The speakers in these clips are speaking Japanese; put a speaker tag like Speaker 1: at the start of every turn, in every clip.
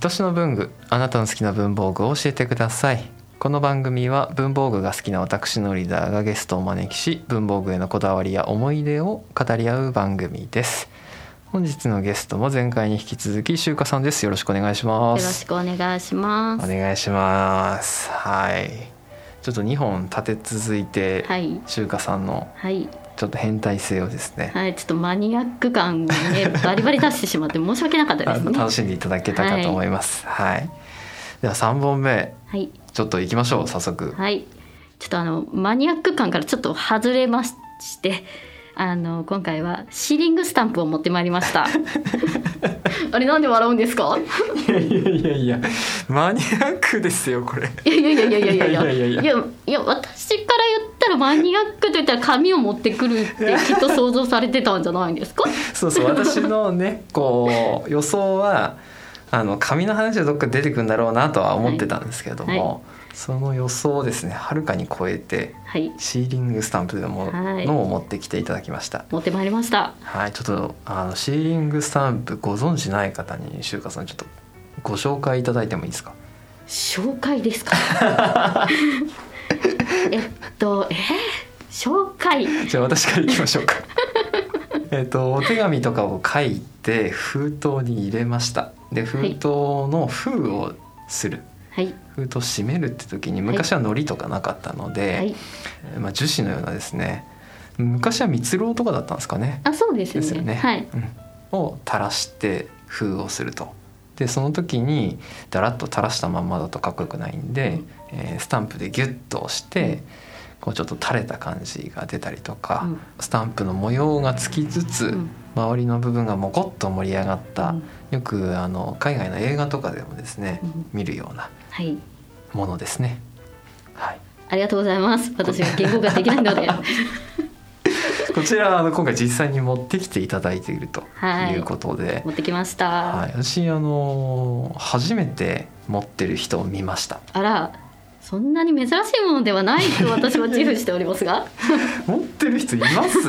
Speaker 1: 年の文具あなたの好きな文房具を教えてくださいこの番組は文房具が好きな私のリーダーがゲストをお招きし文房具へのこだわりや思い出を語り合う番組です本日のゲストも前回に引き続き修華さんですよろしくお願いし
Speaker 2: よ
Speaker 1: ま
Speaker 2: ろ
Speaker 1: す
Speaker 2: しくお願いします
Speaker 1: お。願いしますはいちょっと2本立て続いて、
Speaker 2: はい。
Speaker 1: 中華さんの
Speaker 2: はい。
Speaker 1: ちょっと変態性をですね、
Speaker 2: はい、ちょっとマニアック感にね、 バリバリ出してしまって、申し訳なかった
Speaker 1: あ
Speaker 2: です
Speaker 1: の
Speaker 2: ね。
Speaker 1: 楽しんでいただけたかと思いますはい、では3本目
Speaker 2: はい。
Speaker 1: ちょっと行きましょう早速
Speaker 2: はい。ちょっとあの、マニアック感からちょっと外れまして。あの、今回はシーリングスタンプを持ってまいり ました。あれ、なんで笑うんですか。
Speaker 1: いやいやいやいやマニアックですよこれ
Speaker 2: いやいやいやいやいやいや
Speaker 1: いやいやいやいや
Speaker 2: いやいや私から言ったらマニアックと言ったら紙を持ってくるってきっと想像されてたんじゃないんですか
Speaker 1: そうそう私のね こう予想はあの紙の話はどっか出てくるんだろうなとは思ってたんですけれども、
Speaker 2: は
Speaker 1: その予想をですねはるかに超えて
Speaker 2: はい
Speaker 1: シーリングスタンプのも
Speaker 2: はい
Speaker 1: のを持ってきていただきました
Speaker 2: 持ってまいりました
Speaker 1: はい、ちょっとあのシーリングスタンプご存知ない方に修華さんちょっとご紹介いただいてもいいですか。
Speaker 2: 紹介ですか えっとえー紹介
Speaker 1: じゃあ私からいきまし ょうか。えっとお手紙とかを書いて封筒に入れました。で封筒の封をする。
Speaker 2: はい
Speaker 1: 封筒を閉めるって時に
Speaker 2: はい
Speaker 1: 昔は糊とかなかったので、
Speaker 2: はい
Speaker 1: まあ樹脂のようなですね昔は蜜蝋とかだったんですかね
Speaker 2: あそうです
Speaker 1: で
Speaker 2: よね
Speaker 1: すよね。
Speaker 2: はい
Speaker 1: うん、を垂らして封をすると。でその時にだらっと垂らしたまんまだとかっこよくないんで、えースタンプでギュッと押して、こうちょっと垂れた感じが出たりとか、
Speaker 2: うん
Speaker 1: スタンプの模様がつきつつ、
Speaker 2: ん
Speaker 1: 周りの部分がもこっと盛り上がった、
Speaker 2: うん
Speaker 1: よくあの海外の映画とかでもですね、
Speaker 2: うん
Speaker 1: 見るような
Speaker 2: はい
Speaker 1: ものですね。はい、
Speaker 2: ありがとうございます私は言語ができないので
Speaker 1: こちらはあの今回実際に持ってきていただいているということで、
Speaker 2: 持ってきました、
Speaker 1: はい、私あのー初めて持ってる人を見ました
Speaker 2: あらそんなに珍しいものではないと私は自負しておりま すが
Speaker 1: 持ってる人います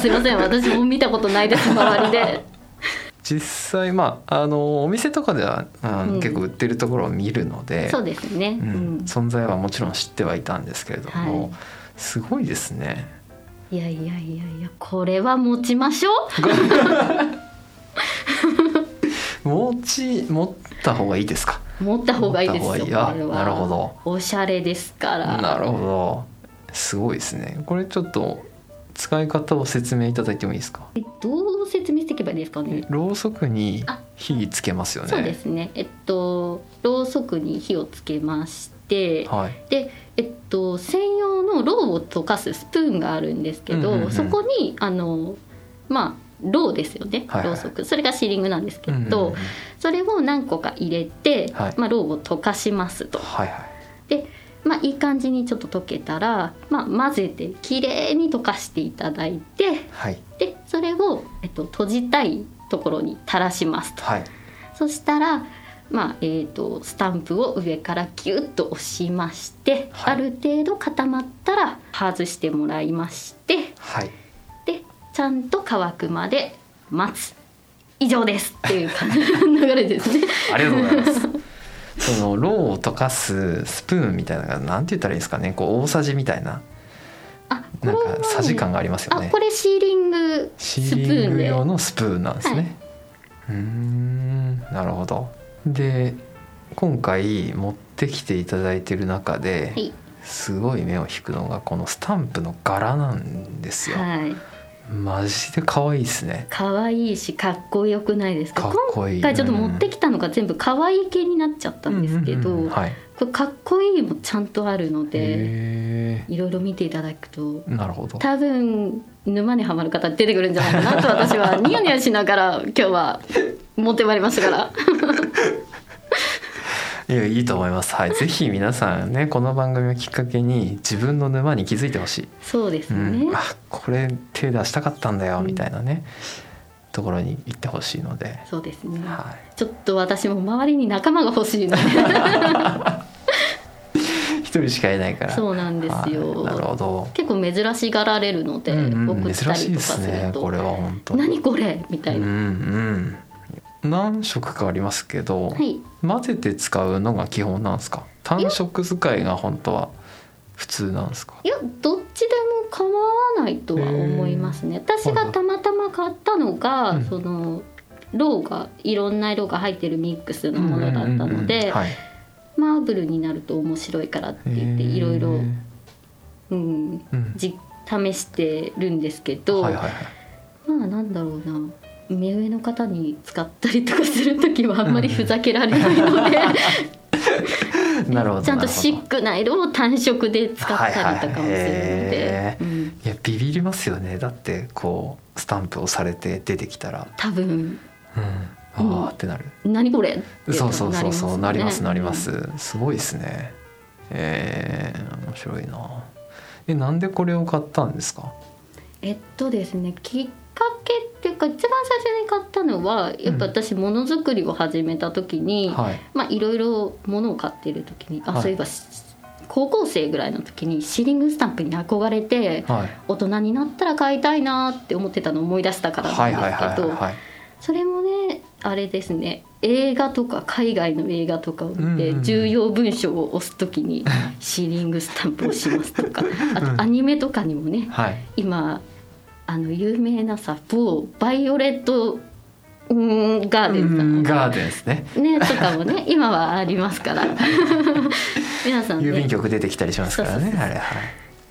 Speaker 2: すいません私も見たことないです周りで
Speaker 1: 実際まああのーお店とかでは、あの
Speaker 2: うん
Speaker 1: 結構売ってるところを見るので
Speaker 2: そうですね、
Speaker 1: う
Speaker 2: うんん、
Speaker 1: 存在はもちろん知ってはいたんですけれども、
Speaker 2: はい
Speaker 1: すごいですね
Speaker 2: いやいやいやいやこれは持ちましょう
Speaker 1: 持ち持った方がいいですか
Speaker 2: 持った方がいいですよ
Speaker 1: 持った方がいいあ
Speaker 2: これは
Speaker 1: なるほど
Speaker 2: おしゃれですから
Speaker 1: なるほどすごいですねこれちょっと使い方を説明いただいてもいいですか
Speaker 2: えどう説明していけばいいですかね
Speaker 1: ろうそくに
Speaker 2: あ
Speaker 1: 火つけますよね
Speaker 2: そうですねえっとろうそくに火をつけまして、
Speaker 1: はい
Speaker 2: でえっと専用のろうを溶かすスプーンがあるんですけど、
Speaker 1: うんうんうん
Speaker 2: そこにあのまあろうですよね、
Speaker 1: はいはい
Speaker 2: ろうそくそれがシーリングなんですけど、
Speaker 1: うんうんうん
Speaker 2: それを何個か入れて、
Speaker 1: はい
Speaker 2: まあ、ろうを溶かしますと。
Speaker 1: はいはい
Speaker 2: でまあいい感じにちょっと溶けたら、まあ、混ぜてきれいに溶かしていただいて
Speaker 1: はい
Speaker 2: でそれを、えっと、閉じたいところに垂らしますと
Speaker 1: はい
Speaker 2: そしたら、まあえー、とスタンプを上からギュッと押しまして、
Speaker 1: はい
Speaker 2: ある程度固まったら外してもらいまして
Speaker 1: はい
Speaker 2: でちゃんと乾くまで待つ以上ですっていう感じの流れですね。
Speaker 1: ありがとうございます。 そのろうを溶かすスプーンみたいなのがなんて言ったらいいですかね。こう大さじみたいな
Speaker 2: あこ れ
Speaker 1: なん
Speaker 2: は
Speaker 1: かさじ感がありますよ
Speaker 2: あ
Speaker 1: ね
Speaker 2: こ。れシーリング
Speaker 1: シ
Speaker 2: スプ
Speaker 1: ーリン
Speaker 2: ーン
Speaker 1: グ
Speaker 2: で
Speaker 1: 用のスプーンなんですね。うーん、なるほど。で、今回持ってきていただいてる中で、
Speaker 2: はい、
Speaker 1: すごい目を引くのがこのスタンプの柄なんですよ。
Speaker 2: はい、
Speaker 1: マジで可愛いですね。
Speaker 2: 可愛いしかっこよくないですか
Speaker 1: かっこいい
Speaker 2: 今回ちょっと持ってきたのが全部可愛い系になっちゃったんですけど、
Speaker 1: うんうんうんはい。
Speaker 2: これかっこいいもちゃんとあるので
Speaker 1: へ
Speaker 2: いろいろ見ていただくと
Speaker 1: ーなるほど。
Speaker 2: 多分沼にはまる方出てくるんじゃないかなと私 はニヤニヤしながら今日は持ってまいりましたから
Speaker 1: いやいいと思います。 はい、ぜひ皆さんねこの番組をきっかけに自分の沼に気づいてほしい。
Speaker 2: そうです
Speaker 1: う
Speaker 2: ね、
Speaker 1: ん、あこれ手出したかったんだよみたいなね、ところに行ってほしいので、
Speaker 2: そうですね
Speaker 1: は
Speaker 2: ちょっと私も周りに仲間が欲しいので
Speaker 1: い、一人しかいないから。
Speaker 2: そうなんですよ
Speaker 1: はいなるほど。
Speaker 2: 結構珍しがられるので、
Speaker 1: うんうん
Speaker 2: 送った
Speaker 1: 珍しい
Speaker 2: り
Speaker 1: で
Speaker 2: とか
Speaker 1: す
Speaker 2: する
Speaker 1: ね
Speaker 2: と
Speaker 1: これは本
Speaker 2: 「
Speaker 1: 当。
Speaker 2: 何これ?」みたい
Speaker 1: うんう
Speaker 2: な、
Speaker 1: ん。何色かありますけど、
Speaker 2: はい
Speaker 1: 混ぜて使うのが基本なんですか単色使いが本当は普通なんですか
Speaker 2: いやどっちでも構わないとは思いますね私がたまたま買ったのが、
Speaker 1: うん
Speaker 2: そのローがいろんな色が入ってるミックスのものだった
Speaker 1: うんうんう
Speaker 2: の
Speaker 1: んうん
Speaker 2: で
Speaker 1: はい、
Speaker 2: マーブルになると面白いからって言っていろいろ
Speaker 1: へー、
Speaker 2: うん、
Speaker 1: うん
Speaker 2: じ試してるんですけど、
Speaker 1: はいはいはい
Speaker 2: まあなんだろうな目上の方に使ったりとかする時はあんまりふざけられない ので、
Speaker 1: なるほど
Speaker 2: ちゃ
Speaker 1: なるほ
Speaker 2: ん
Speaker 1: ど
Speaker 2: とシックな色を単色で使ったりとかもするの
Speaker 1: はいはいへ
Speaker 2: で、うん
Speaker 1: いやビビりますよねだってこうスタンプをされて出てきたら、
Speaker 2: 多分
Speaker 1: うん、
Speaker 2: うん
Speaker 1: ああってなる、
Speaker 2: 何これって
Speaker 1: そうそうそうそうなりますなりま、
Speaker 2: よね
Speaker 1: すすごいですねえー、面白いなえなんでこれを買ったんですか
Speaker 2: うんえっとですねきっかけっていうか一番最初に買ったのはやっぱ私ものづくりを始めた時に、
Speaker 1: はい
Speaker 2: まあいろいろものを買ってる時にあ、
Speaker 1: はい
Speaker 2: そういえばし高校生ぐらいの時にシーリングスタンプに憧れて
Speaker 1: はい
Speaker 2: 大人になったら買いたいなって思ってたのを思い出したから
Speaker 1: はいはい
Speaker 2: なん
Speaker 1: は
Speaker 2: です
Speaker 1: い
Speaker 2: けど
Speaker 1: はい
Speaker 2: それもねあれですね映画とか海外の映画とかを見
Speaker 1: うんうんう
Speaker 2: て
Speaker 1: ん
Speaker 2: 重要文章を押す 時にシーリングスタンプをしますとかあ
Speaker 1: うん
Speaker 2: とアニメとかにもね
Speaker 1: はい
Speaker 2: 今あの有名なさ某バイオレットうーんガーデンさ
Speaker 1: うん
Speaker 2: んとか
Speaker 1: ガーデンですね
Speaker 2: ね、とかもね 今はありますから 皆さん
Speaker 1: 郵便
Speaker 2: ね
Speaker 1: 局出てきたりしますからね
Speaker 2: そうそうそう
Speaker 1: あれはい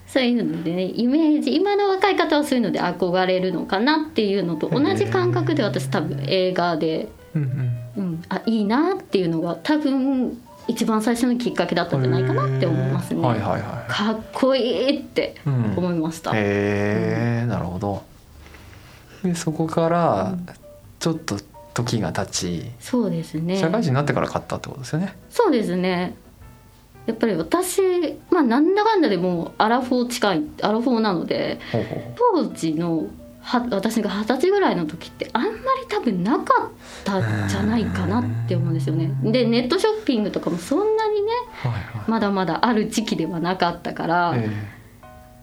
Speaker 2: そういうのでねイメージ今の若い方はそういうので憧れるのかなっていうのと同じ感覚で私多分映画で、
Speaker 1: うんうん
Speaker 2: うん、あいいなっていうのが多分一番最初のきっかけだったんじゃないかなって思いますね。
Speaker 1: へーはいはいは
Speaker 2: かっこいいって
Speaker 1: い、うん
Speaker 2: 思いました。
Speaker 1: へえ、なるほどでそこからちょっと時が経ち、
Speaker 2: そうですね。
Speaker 1: 社会人になってから買ったってことですよね
Speaker 2: そうですねやっぱり私まあなんだかんだでもうアラフォー近いアラフォーなので
Speaker 1: ほうほうほ
Speaker 2: 当時のは私が二十歳ぐらいの時ってあんまり多分なかったんじゃないかなって思うんですよね。でネットショッピングとかもそんなにね
Speaker 1: うはいはい、
Speaker 2: まだまだある時期ではなかったから、
Speaker 1: え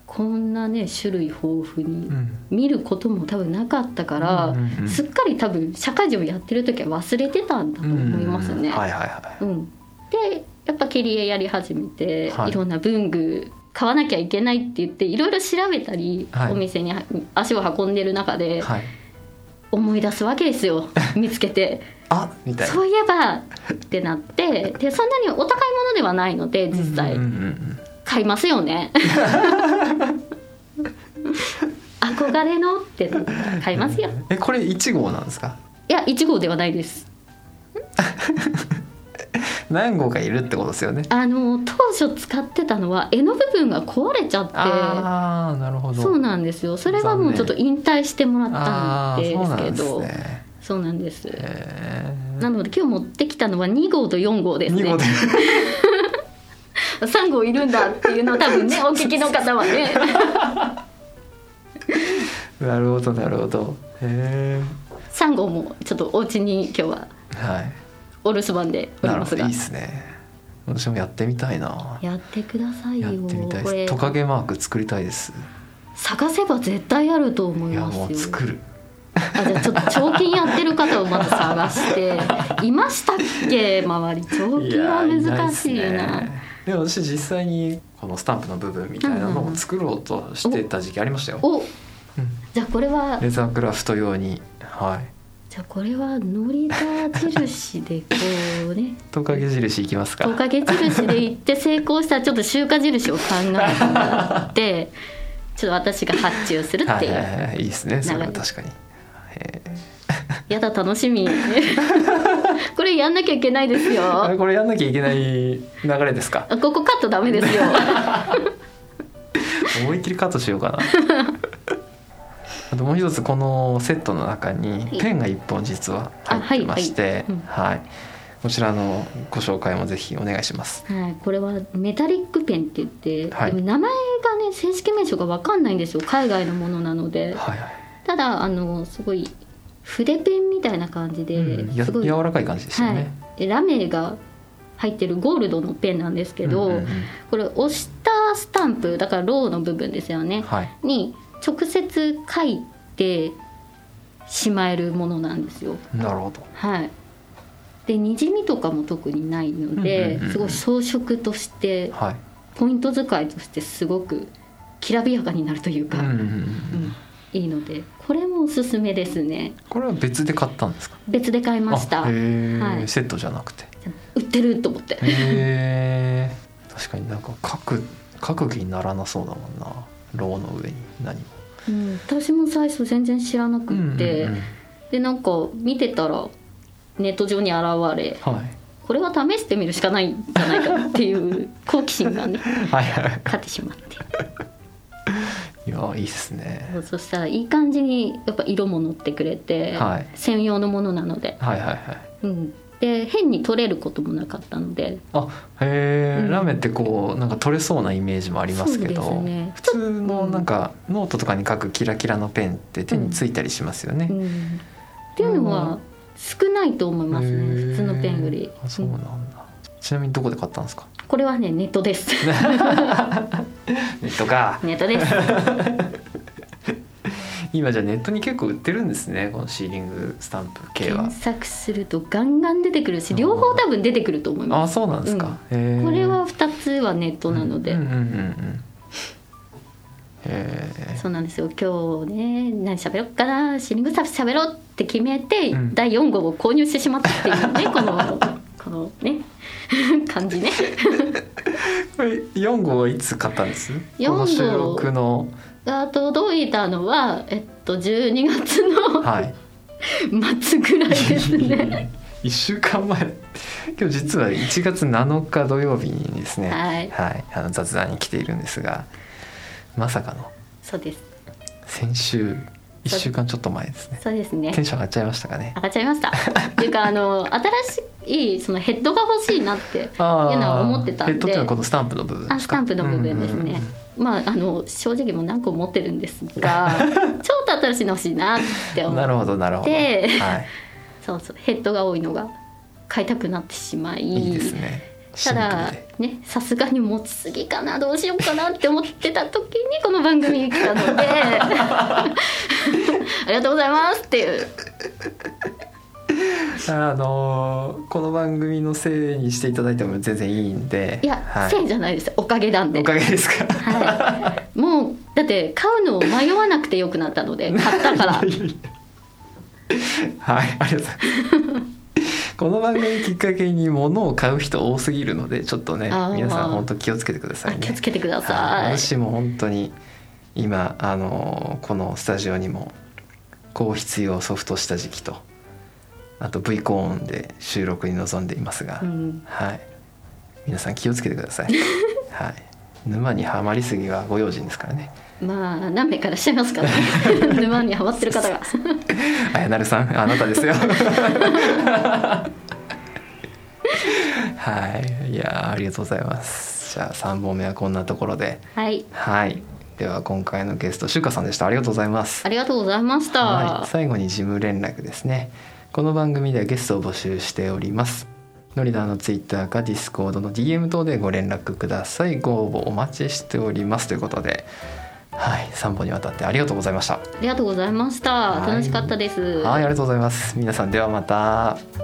Speaker 2: こんなね種類豊富
Speaker 1: え
Speaker 2: に
Speaker 1: うん
Speaker 2: 見ることも多分なかったから、
Speaker 1: うんうんうん
Speaker 2: すっかり多分社会人をやってる時は忘れてたんだと思いますね。
Speaker 1: うんはいはいは
Speaker 2: うん、でやっぱ切り絵やり始めて、
Speaker 1: はい
Speaker 2: い、ろんな文具買わなきゃいけないって言っていろいろ調べたり、
Speaker 1: はい
Speaker 2: お店に足を運んでる中
Speaker 1: い
Speaker 2: で
Speaker 1: はい
Speaker 2: 思い出すわけです よ見つけて
Speaker 1: あみたいな
Speaker 2: そういえばってなってでそんなにお高いものではないので実際
Speaker 1: うんうんうん
Speaker 2: 買いますよね 憧れのってなったら買いますよ
Speaker 1: えこれ一号なんですか
Speaker 2: いや1号ではないです
Speaker 1: 何号かいるってことですよね
Speaker 2: あの当初使ってたのは絵の部分が壊れちゃって
Speaker 1: ああなるほど
Speaker 2: そう
Speaker 1: だ
Speaker 2: なんですよそれはもうちょっと引退してもらったんです
Speaker 1: そうなん
Speaker 2: け
Speaker 1: で
Speaker 2: ど
Speaker 1: す
Speaker 2: そう,、
Speaker 1: ね
Speaker 2: なんです、
Speaker 1: え
Speaker 2: なので今日持ってきたのは2号と4号で
Speaker 1: え
Speaker 2: す
Speaker 1: 二
Speaker 2: ね
Speaker 1: 号で
Speaker 2: 3号いるんだっていうのを多 分ねお聞きの方はね
Speaker 1: なるほどなるほどへ
Speaker 2: 3号もちょっとお家に今日は
Speaker 1: えはい
Speaker 2: お留守番でお
Speaker 1: な
Speaker 2: り
Speaker 1: る
Speaker 2: ま
Speaker 1: ほ
Speaker 2: す
Speaker 1: ど
Speaker 2: が
Speaker 1: いいですね私もやってみたいな
Speaker 2: やってください
Speaker 1: や
Speaker 2: よ
Speaker 1: ってみたい
Speaker 2: こ
Speaker 1: で
Speaker 2: れ
Speaker 1: すトカゲマーク作りたいです
Speaker 2: 探せば絶対あると思
Speaker 1: い
Speaker 2: い
Speaker 1: や
Speaker 2: ま
Speaker 1: もう
Speaker 2: すよ
Speaker 1: 作る
Speaker 2: あじゃあちょっと彫金やってる方をまず 探していましたっけ周り彫金は難しい
Speaker 1: や
Speaker 2: な
Speaker 1: なっすねでも私実際にこのスタンプの部分みたいなのを作ろうとしてた時期ありましたよ、
Speaker 2: お
Speaker 1: うん
Speaker 2: じゃあこれは
Speaker 1: レザークラフト用にはい
Speaker 2: じゃあこれはノリダー印でこ うね
Speaker 1: トカゲ印いきますか
Speaker 2: トカゲ印で行って成功したらちょっと集荷印を考えてもらってちょっと私が発注するっ
Speaker 1: は
Speaker 2: て
Speaker 1: い
Speaker 2: い
Speaker 1: は
Speaker 2: う
Speaker 1: いはいいいですねそれは
Speaker 2: 流れ
Speaker 1: 確かにえー
Speaker 2: やだ楽しみ これやんなきゃいけないです
Speaker 1: あ
Speaker 2: よ
Speaker 1: れこれやんなきゃいけない流れですか
Speaker 2: あここカットダメですよ
Speaker 1: 思いっきりカットしようかなあともう一つこのセットの中にペンが一本実は入ってまして
Speaker 2: あはい
Speaker 1: はいこちらのご紹介もぜひお願いします
Speaker 2: はい、これはメタリックペンって言って、
Speaker 1: はい
Speaker 2: でも名前がね正式名称が分かんないんですよ海外のものなので
Speaker 1: はいはい
Speaker 2: ただあのすごい筆ペンみたいな感じで、
Speaker 1: うん、や
Speaker 2: すごい
Speaker 1: 柔らかい感じでしたよね、
Speaker 2: はい、ラメが入ってるゴールドのペンなんですけど、
Speaker 1: うんうんうん
Speaker 2: これ押したスタンプだからローの部分ですよね、
Speaker 1: はい
Speaker 2: に直接書いてしまえるものなんですよ。
Speaker 1: なるほど
Speaker 2: はい、でにじみとかも特にないの
Speaker 1: うんう
Speaker 2: で、
Speaker 1: んうんうん
Speaker 2: すごい装飾として
Speaker 1: はい
Speaker 2: ポイント使いとしてすごくきらびやかになるという
Speaker 1: う
Speaker 2: か、
Speaker 1: んうんう
Speaker 2: うんんいいのでこれもおすすめですね
Speaker 1: これは別で買ったんですか
Speaker 2: 別で買いました
Speaker 1: あへえ、
Speaker 2: はい
Speaker 1: セットじゃなくて
Speaker 2: 売ってると思って
Speaker 1: へえ確かになんか角角気にならなそうだもんなローの上に何も
Speaker 2: うん私も最初全然知らなくって、
Speaker 1: うんうんうん
Speaker 2: でなんか見てたらネット上に現れ
Speaker 1: はい
Speaker 2: これは試してみるしかないんじゃないかなっていう好奇 心がね
Speaker 1: はいはい
Speaker 2: 勝ってしまって
Speaker 1: いやいいですね
Speaker 2: そしたらいい感じにやっぱ色も乗ってくれて、
Speaker 1: はい
Speaker 2: 専用のものなので、
Speaker 1: はいはいはい
Speaker 2: うん、で変に取れることもなかったので
Speaker 1: あへえ、
Speaker 2: うん
Speaker 1: ラメってこうなんか取れそうなイメージもありますけど
Speaker 2: そうですね
Speaker 1: 普通のなんかノートとかに書くキラキラのペンって手についたりしますよね、
Speaker 2: うんっていうのは少ないと思いますね、
Speaker 1: へー
Speaker 2: 普通のペンより
Speaker 1: あそうなんだ、ちなみにどこで買ったんですか
Speaker 2: うんこれはねネットで す
Speaker 1: ネットか
Speaker 2: ネットです
Speaker 1: 今じゃネットに結構売ってるんですねこのシーリングスタンプ系は
Speaker 2: 検索するとガンガン出てくるし両方多分出てくると思いま
Speaker 1: あ
Speaker 2: す
Speaker 1: そうなんですか、へえ
Speaker 2: これは2つはネットなので、
Speaker 1: うんうんうんうんへえ
Speaker 2: そうなんですよ今日ね何喋ろっかなシリングサーフ喋ろうって決めて、
Speaker 1: うん
Speaker 2: 第4号を購入してしまったってい うねこのこのね 感じね
Speaker 1: これ4号はいつ買ったんです
Speaker 2: 4
Speaker 1: こ
Speaker 2: 号
Speaker 1: の収録の
Speaker 2: が届いたのはえっと12月の
Speaker 1: はい
Speaker 2: 末ぐらいですね
Speaker 1: 1週間前今日実は1月7日土曜日にですね、
Speaker 2: はい
Speaker 1: あの雑談に来ているんですがまさかの
Speaker 2: そうです
Speaker 1: 先週1週間ちょっと前ですね
Speaker 2: そうですね
Speaker 1: テンション上がっちゃいましたかね
Speaker 2: 上がっちゃいましたっていうかあの新しいそのヘッドが欲しいなって
Speaker 1: あ
Speaker 2: いうのは
Speaker 1: あ
Speaker 2: 思ってたんで
Speaker 1: えっとってのはこのスタンプの部分で
Speaker 2: あ
Speaker 1: す
Speaker 2: ス
Speaker 1: か
Speaker 2: タンプの部分ですね、
Speaker 1: うんうんうん
Speaker 2: まああの正直もう何個持ってるんですが ちょっと新しいの欲しいなって思
Speaker 1: な
Speaker 2: っ
Speaker 1: るほどなるほど、
Speaker 2: で
Speaker 1: はい、
Speaker 2: そうそうヘッドが多いのが買いたくなってしまい
Speaker 1: いいですねシン
Speaker 2: た
Speaker 1: プル
Speaker 2: だ
Speaker 1: で
Speaker 2: ねさすがに持ちすぎかなどうしようかなって思ってた時にこの番組に来たの でありがとうございますっていう
Speaker 1: あのーこの番組のせいにしていただいても全然いいんで
Speaker 2: いや、
Speaker 1: は
Speaker 2: せいじゃないですおかげなんで
Speaker 1: おかげですか
Speaker 2: はい、もうだって買うのを迷わなくてよくなった ので買ったから
Speaker 1: はい、ありがとうございます。この番組きっかけに物を買う人多すぎるのでちょっとね
Speaker 2: あー
Speaker 1: 皆さん本当気をつけてくださいね。
Speaker 2: 気をつけてくだ
Speaker 1: は
Speaker 2: さ
Speaker 1: い
Speaker 2: い
Speaker 1: 私も本当に今あのこのスタジオにも高必要ソフト下敷きとあと V コーンで収録に臨んでいますが、
Speaker 2: うん、
Speaker 1: はい皆さん気をつけてください。はい沼にはまりすぎはご用心ですからね。
Speaker 2: まあ何名からしちゃいますからね 沼にハマってる方が
Speaker 1: あやなるさんあなたですよはいいやーありがとうございますじゃあ3本目はこんなところで
Speaker 2: はい
Speaker 1: はいでは今回のゲストしゅうかさんでしたありがとうございます
Speaker 2: ありがとうございました、
Speaker 1: はい、最後に事務連絡ですねこの番組ではゲストを募集しておりますノリダーのツイッターかディスコードの DM 等でご連絡くださいご応募お待ちしておりますということではい3本にわたってありがとうございました
Speaker 2: ありがとうございました。
Speaker 1: はい
Speaker 2: 楽しかったです。
Speaker 1: はい、ありがとうございます。皆さんではまた。